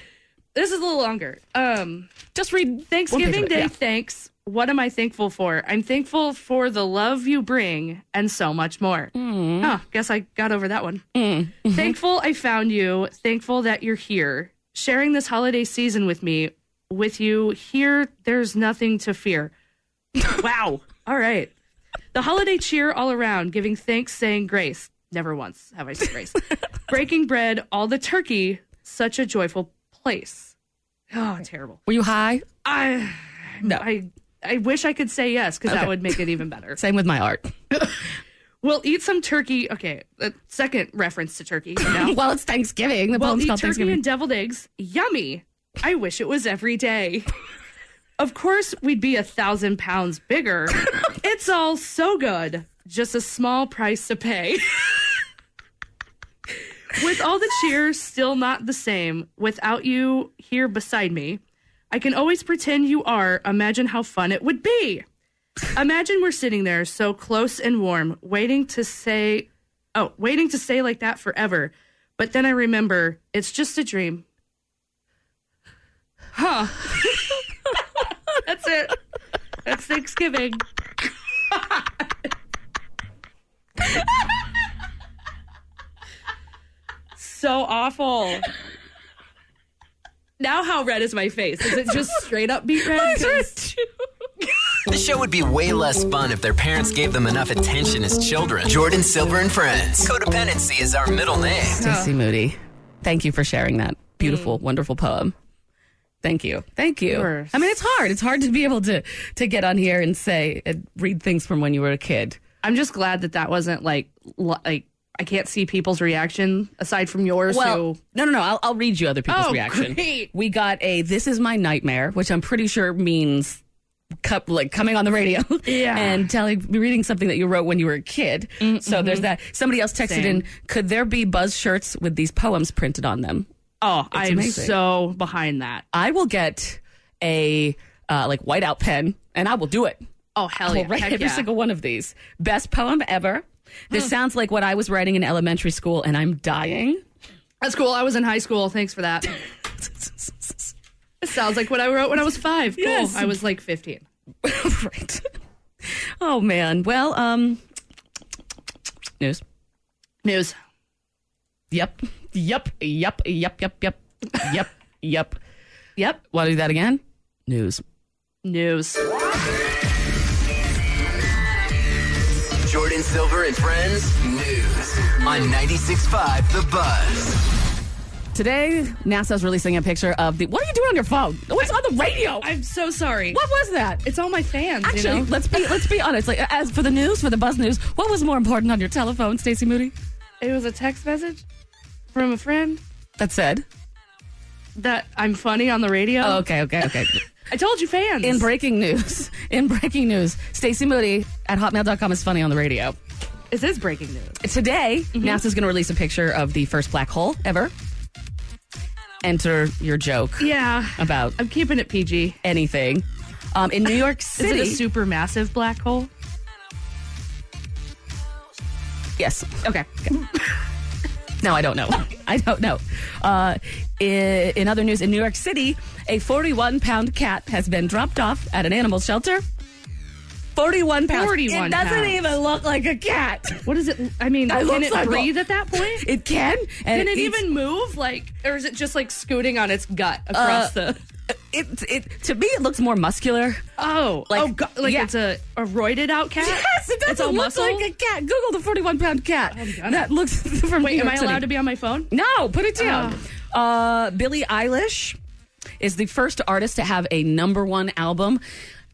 this is a little longer. Um. Just read one page of Thanksgiving it. Day Yeah. thanks What am I thankful for? I'm thankful for the love you bring and so much more. Mm-hmm. Huh, guess I got over that one. Thankful I found you. Thankful that you're here. Sharing this holiday season with me, with you here, there's nothing to fear. wow. All right. The holiday cheer all around, giving thanks, saying grace. Never once have I said grace. Breaking bread, all the turkey, such a joyful place. Oh, terrible. Were you high? I No. I I wish I could say yes because that would make it even better. Same with my art. We'll eat some turkey. Okay, uh, second reference to turkey. No. well, it's Thanksgiving. The we'll poem's eat called turkey Thanksgiving. and deviled eggs. Yummy. I wish it was every day. Of course, we'd be a thousand pounds bigger. it's all so good. Just a small price to pay. With all the cheer, still not the same. Without you here beside me, I can always pretend you are. Imagine how fun it would be. Imagine we're sitting there so close and warm, waiting to say, oh, waiting to stay like that forever. But then I remember it's just a dream. Huh. That's it. That's Thanksgiving. so awful. Now, how red is my face? Is it just straight up beet red? 'Cause- The show would be way less fun if their parents gave them enough attention as children. Jordan Silver and Friends. Codependency is our middle name. Oh. Stacey Moody. Thank you for sharing that beautiful, Mm. wonderful poem. Thank you. Thank you. course. I mean, it's hard. It's hard to be able to to get on here and say and read things from when you were a kid. I'm just glad that that wasn't like li- like I can't see people's reaction aside from yours. Well, who, no, no, no. I'll, I'll read you other people's Oh, reaction. great. We got a "This is my nightmare," which I'm pretty sure means cup like coming on the radio Yeah. Mm-hmm. and telling reading something that you wrote when you were a kid. So there's that. Somebody else texted Same. in, "Could there be buzz shirts with these poems printed on them?" oh, I am amazing. so behind that. I will get a uh, like whiteout pen and I will do it. Oh hell I yeah! will write Heck every yeah. single one of these. Best poem ever. This sounds like what I was writing in elementary school, and I'm dying. That's cool. I was in high school. Thanks for that. It sounds like what I wrote when I was five. Cool. Yes. I was like 15. right. Oh man. Well, um, news. News. Yep. Yep. Yep. Yep. Yep. Yep. Yep. Yep. Yep. Want to do that again? News. News. Jordan Silver and Friends News on 96.5 The Buzz. Today, NASA's releasing a picture of the. What are you doing on your phone? What's on the radio? I'm so sorry. what was that? It's all my fans. Actually, you know? let's be let's be honest. Like as for the news, for the buzz news, what was more important on your telephone, Stacey Moody? it was a text message from a friend That said, that I'm funny on the radio. oh, okay, okay, okay. I told you fans. in breaking news, in breaking news, Stacey Moody at hotmail.com is funny on the radio. this is breaking news. Today, NASA's going to release a picture of the first black hole ever. Enter your joke Yeah. about I'm keeping it PG. anything. Um, in New York City, Is it a super massive black hole? yes. Okay. No, I don't know. I don't know. Uh, i- in other news, in New York City, a 41 pound cat has been dropped off at an animal shelter. 41 pounds. 41 it doesn't pounds. even look like a cat. What is it? I mean, That can looks it like a- breathe at that point? It can. And Can it eats- even move? Like, or is it just like scooting on its gut across Uh, the? It, it, to me, it looks more muscular. Oh, like- oh, go- like yeah. it's a, a roided out cat. Yes, it It's all doesn't look muscle? like a cat. Google the 41 pound cat. that looks from Wait, New am York I City. allowed to be on my phone? No, put it down. Ah. Uh, Billie Eilish is the first artist to have a number one album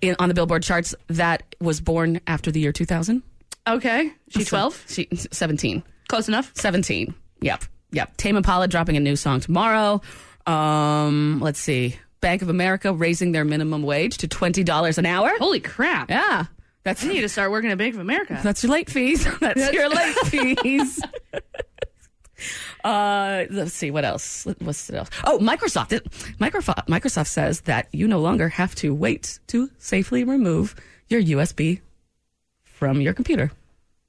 in, on the Billboard charts that was born after the year 2000. Okay, she's So- twelve. She, 17. Close enough. 17. Yep. Yep. Tame Impala dropping a new song tomorrow. Um, let's see. Bank of America raising their minimum wage to $20 an hour. Holy crap! Yeah. That's I need to start working at Bank of America. That's your late fees. That's your late fees. Uh, let's see what else. What's else? Oh, Microsoft. It- Microsoft. Microsoft says that you no longer have to wait to safely remove your USB from your computer.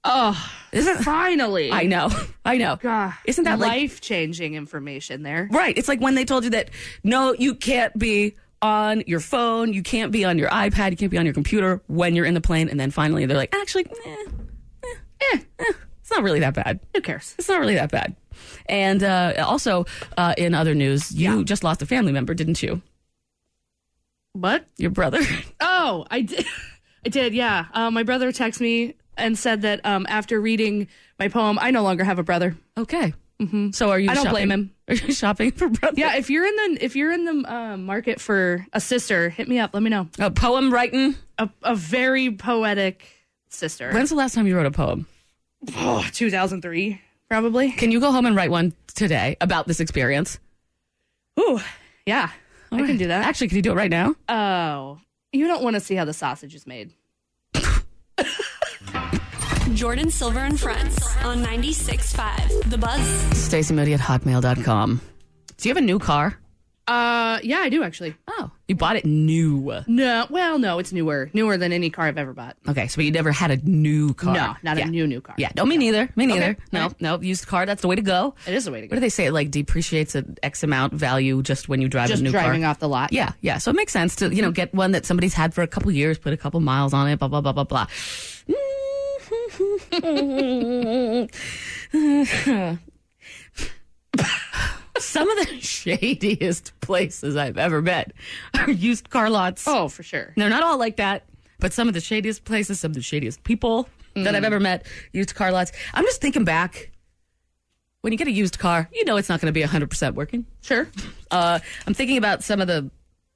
Oh, Isn't finally! I know. I know. God, Isn't that like life changing information there? right? It's like when they told you that no, you can't be on your phone. You can't be on your iPad. You can't be on your computer when you're in the plane. And then finally, they're like, actually, eh, eh, eh, eh, it's not really that bad. Who cares? It's not really that bad. And uh, also, uh, in other news, you just lost a family member, didn't you? What? Your brother. Oh, I did. I did. Yeah. Uh, my brother texted me and said that um, after reading my poem, I no longer have a brother. okay. Mm-hmm. So are you? I don't shopping- blame him. Are you shopping for brother? Yeah. If you're in the if you're in the uh, market for a sister, hit me up. Let me know. A poem writing. A, a very poetic sister. When's the last time you wrote a poem? Oh, 2003 probably. Can you go home and write one today about this experience? Ooh. Yeah. I can Alright. do that. Actually, can you do it right now? Oh, you don't want to see how the sausage is made. Jordan Silver and Friends on 96.5. The Buzz. Stacey Moody at hotmail.com. Do you have a new car? Uh, yeah, I do actually. Oh. You bought it new. No, well, no, it's newer, newer than any car I've ever bought. Okay, so you never had a new car. No, not yeah. a new new car. Yeah, no, me neither. Me neither. No, alright. no, used car, that's the way to go. it is the way to What go. do they say? It like depreciates an X amount value just when you drive Just a new driving car. off the lot. Yeah, yeah. So it makes sense to, you know, get one that somebody's had for a couple years, put a couple miles on it, blah, blah, blah, blah, blah. Some of the shadiest places I've ever been are used car lots. Oh, for sure. They're not all like that, but some of the shadiest places, some of the shadiest people that I've ever met, used car lots. I'm just thinking back. When you get a used car, you know it's not going to be 100% working. Sure. Uh, I'm thinking about some of the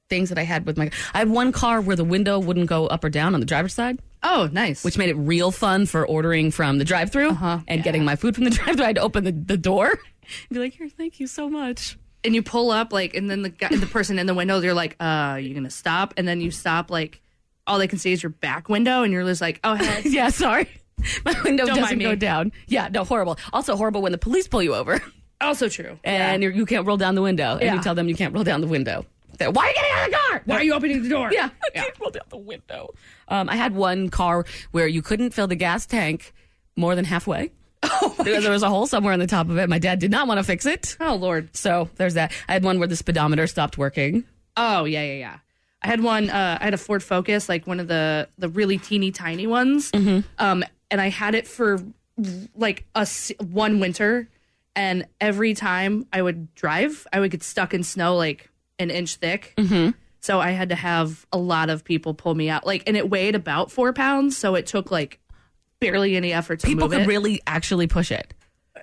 things that I had with my. I had one car where the window wouldn't go up or down on the driver's side, Oh, nice. which made it real fun for ordering from the drive-through and getting my food from the drive-through. I had to open the, the door and Uh-huh. be like, "Here, thank you so much." and you pull up like, and then the guy, the person in the window, they're like, "Uh, you gonna stop?" And then you stop like, all they can see is your back window, and you're just like, "Oh, heck." Yeah, sorry. My window Don't doesn't mind me. go down. Yeah, no, horrible. Also horrible when the police pull you over. also true." and you're, you can't roll down the window, and Yeah. you tell them you can't roll down the window. They're, Why are you getting out of the car? Why are you opening the door? Yeah, I can't roll down the window. Um, I had one car where you couldn't fill the gas tank more than halfway. because there was a hole somewhere in the top of it. My dad did not want to fix it. Oh Lord. So there's that. I had one where the speedometer stopped working. Oh yeah, yeah, yeah. I had one. Uh, I had a Ford Focus, like one of the the really teeny tiny ones. Um, and I had it for like a s- one winter, and every time I would drive, I would get stuck in snow like an inch thick. So I had to have a lot of people pull me out. Like, and it weighed about four pounds, so it took like barely any effort to People move could it. really actually push it.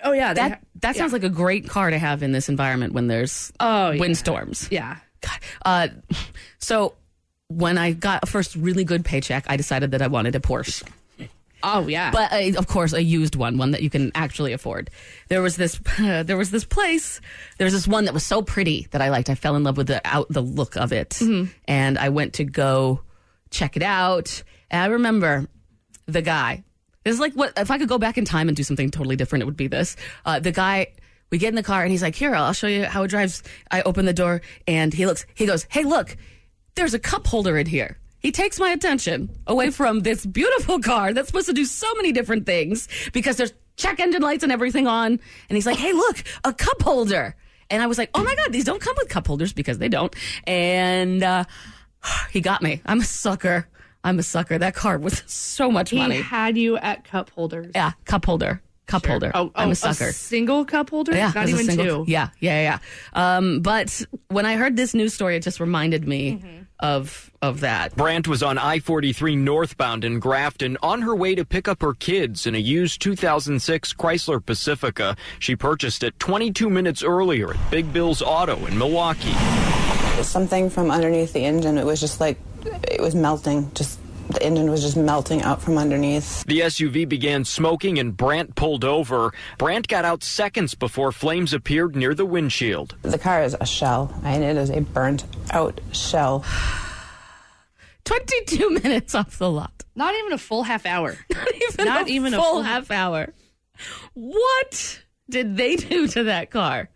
oh yeah, they That ha- that sounds like a great car to have in this environment when there's Oh, yeah. windstorms. yeah. Uh, so when I got a first really good paycheck, I decided that I wanted a Porsche. Oh yeah. but uh, of course a used one one that you can actually afford there was this there was this place there was this one that was so pretty that i liked i fell in love with the out the look of it and i went to go check it out and i remember the guy this is like what if i could go back in time and do something totally different it would be this uh, the guy we get in the car and he's like here i'll show you how it drives i open the door and he looks he goes hey look there's a cup holder in here. He takes my attention away from this beautiful car that's supposed to do so many different things because there's check engine lights and everything on. And he's like, hey, look, a cup holder. And I was like, oh my God, these don't come with cup holders because they don't. And uh, he got me. I'm a sucker. I'm a sucker. That car was so much he money. had you at cup holders. yeah, cup holder. Cup holder. Oh, oh, I'm a sucker. single cup holder? Yeah, Not as a even single- two. Yeah, yeah, yeah. Um, but when I heard this news story, it just reminded me Mm-hmm. of of that. Brandt was on I 43 northbound in Grafton on her way to pick up her kids in a used 2006 Chrysler Pacifica. She purchased it 22 minutes earlier at Big Bill's Auto in Milwaukee. something from underneath the engine. It was just like it was melting. Just the engine was just melting out from underneath. The SUV began smoking and Brandt pulled over. Brandt got out seconds before flames appeared near the windshield. The car is a shell, and it is a burnt out shell. 22 minutes off the lot. Not even a full half hour. Not even, Not a, even a full full- half hour. What did they do to that car?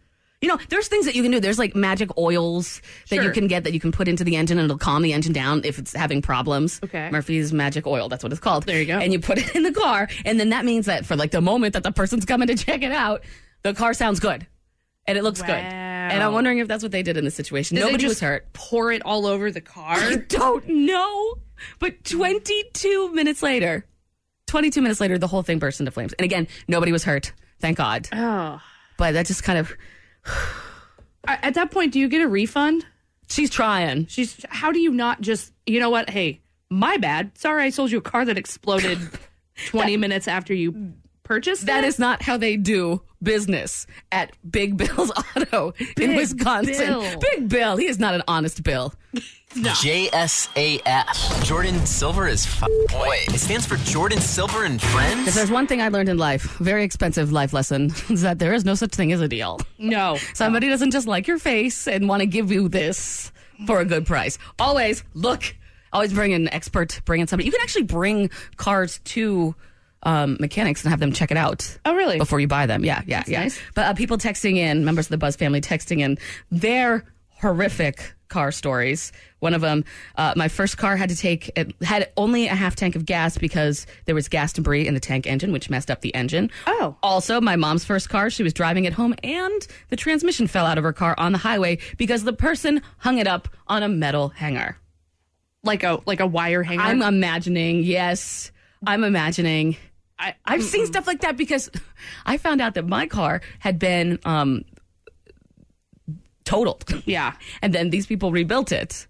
You know, there's things that you can do. There's like magic oils that you Sure. can get that you can put into the engine and it'll calm the engine down if it's having problems. Okay. Murphy's magic oil, that's what it's called. There you go. And you put it in the car, and then that means that for like the moment that the person's coming to check it out, the car sounds good and it looks good. And I'm wondering if that's what they did in this situation. Did they Nobody just was hurt. Pour it all over the car. I don't know. But 22 minutes later, 22 minutes later, the whole thing burst into flames. And again, nobody was hurt. Thank God. Oh. But that just kind of. I- At that point, do you get a refund? She's trying. She's. How do you not just? You know what? Hey, my bad. Sorry, I sold you a car that exploded twenty minutes after you purchased. That it. is not how they do business at Big Bill's Auto in Big Wisconsin. Bill. Big Bill. He is not an honest Bill. JSAF. Jordan Silver is f- boy. It stands for Jordan Silver and If Friends. there's one thing I learned in life, very expensive life lesson, is that there is no such thing as a deal. no. Somebody doesn't just like your face and want to give you this for a good price. Always look. Always bring an expert. Bring in somebody. You can actually bring cars to um, mechanics and have them check it out. Oh, really? Before you buy them. Yeah, yeah, yeah. nice. But uh, people texting in, members of the Buzz family texting in their horrific car stories. One of them, uh, my first car had to take, it had only a half tank of gas because there was gas debris in the tank engine, which messed up the engine. Oh. Also, my mom's first car, she was driving it home and the transmission fell out of her car on the highway because the person hung it up on a metal hanger. Like a like a wire hanger. I'm imagining, yes, I'm imagining. I, I've seen stuff like that because I found out that my car had been um, totaled. Yeah. And then these people rebuilt it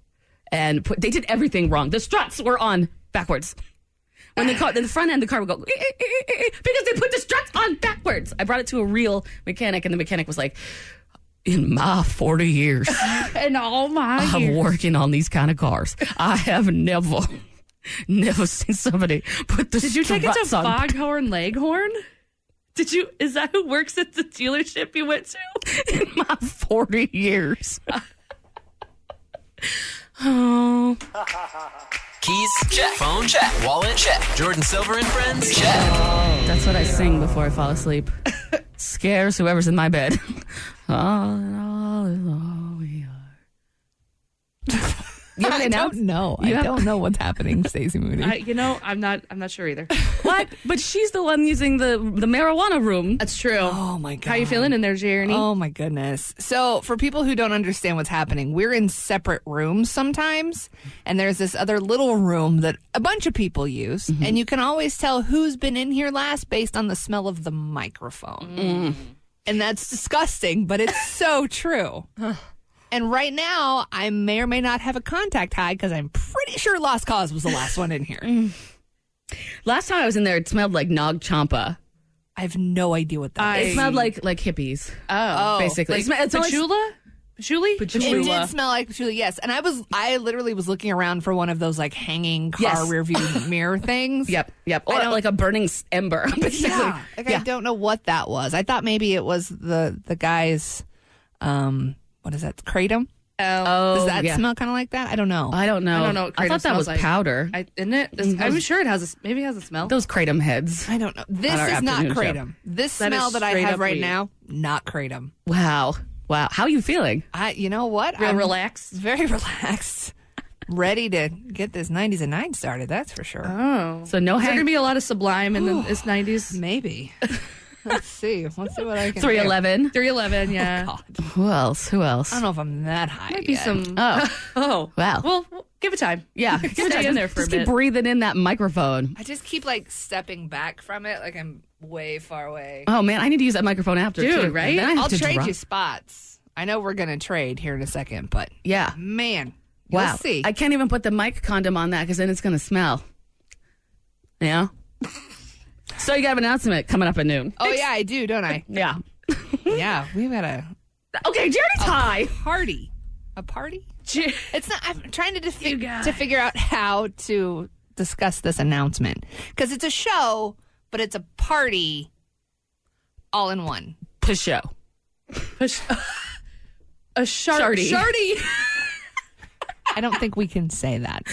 and put, they did everything wrong. The struts were on backwards. When the car, the front end, of the car would go "Eh, eh, eh, eh, eh," because they put the struts on backwards. I brought it to a real mechanic, and the mechanic was like, "In my forty years, and all my. I'm years- working on these kind of cars. I have never, never seen somebody put the Did you take it to struts on Foghorn Leghorn? Did you? Is that who works at the dealership you went to? in my 40 years. oh, Keys, check. Phone, check. Wallet, check. Jordan Silver and Friends, check. that's what I sing before I fall asleep. Scares whoever's in my bed. all in all is all we are. You haven't I don't announced- know. You I have- don't know what's happening, Stacey Moody. I, you know, I'm not. I'm not sure either. What? But she's the one using the the marijuana room. That's true. oh my god. How you feeling in there, Jeremy? Oh my goodness. So, for people who don't understand what's happening, we're in separate rooms sometimes, and there's this other little room that a bunch of people use, and you can always tell who's been in here last based on the smell of the microphone. Mm. And that's disgusting, but it's so true. And right now, I may or may not have a contact high because I'm pretty sure Lost Cause was the last one in here. Last time I was in there, it smelled like Nog Champa. I have no idea what that It is. smelled like like hippies. Oh. basically, Like It smelled- it's always- patchoula? Patchouli? It did smell like patchouli, yes. And I was, I literally was looking around for one of those like hanging car Yes. rear view mirror things. Yep, yep. I Or don't- like a burning s- ember, basically. Yeah. Like, I Yeah. don't know what that was. I thought maybe it was the the guy's, um, what is that? Kratom. Oh. Does that yeah. smell kind of like that? I don't know. I don't know. I don't know. What I kratom thought that smells was like. powder. Mm-hmm. I, isn't it? This- I'm sure it has a. s- Maybe it has a smell. Those kratom heads. I don't know. This our is not afternoon show. kratom. This That is smell that I straight have up right weed. now, not kratom. Wow, wow. How are you feeling? I, you know what? Real I'm relaxed. very relaxed, ready to get this '90s and nine started. That's for sure. Uh, Oh. So no Is there hang- gonna be a lot of Sublime in the, this '90s? Maybe. Let's see. Let's see what I can. Three do. eleven. 311. Yeah. God, Who else? Who else? I don't know if I'm that high. Might be yet. some. Oh, oh. Wow. Well, we'll give it time. yeah. Stay Give it time. in there for Just a keep bit. breathing in that microphone. I just keep like stepping back from it, like I'm way far away. Oh man, I need to use that microphone after, Dude, too. right? And then I have I'll to trade drop- you spots. I know we're gonna trade here in a second, but Yeah. man, you'll Wow. see. I can't even put the mic condom on that because then it's gonna smell. Yeah. so you got an announcement coming up at noon. oh yeah, I do, don't I? Yeah. yeah, we've got a Okay, Oh. Jerry's high. party. A party? It's not. I'm trying to defi- to figure out how to discuss this announcement because it's a show, but it's a party, all in one. Push show. Push. A shark. Shardy. Shardy. I don't think we can say that.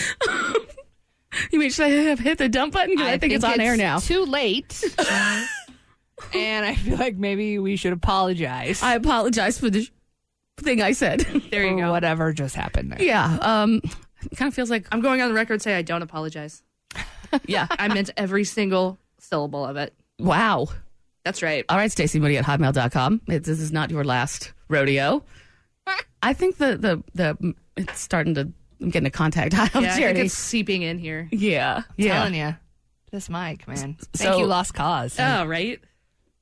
You mean should I have hit the dump button? 'Cause I, think, it's on air now. Too late. and I feel like maybe we should apologize. I apologize for the sh- thing I said. there you go. Whatever just happened there. yeah. Um. Kind of feels like I'm going on the record to say I don't apologize. yeah. I meant every single syllable of it. Wow. That's right. All right, Stacey Moody at hotmail.com. It, this is not your last rodeo. I think the the the it's starting to. I'm getting a contact high on Yeah, I think charity. it's seeping in here. Yeah, I'm yeah. telling you. This mic, man. Thank so- you, Lost Cause. Oh, right?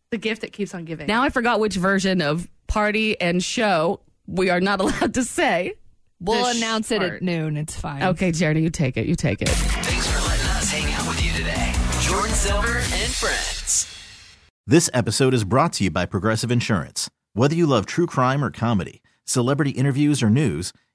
The gift that keeps on giving. Now I forgot which version of party and show we are not allowed to say. we'll The sh- announce it part. at noon. It's fine. Okay, Charity, you take it. You take it. Thanks for letting us hang out with you today. Jordan Silver and friends. This episode is brought to you by Progressive Insurance. Whether you love true crime or comedy, celebrity interviews or news,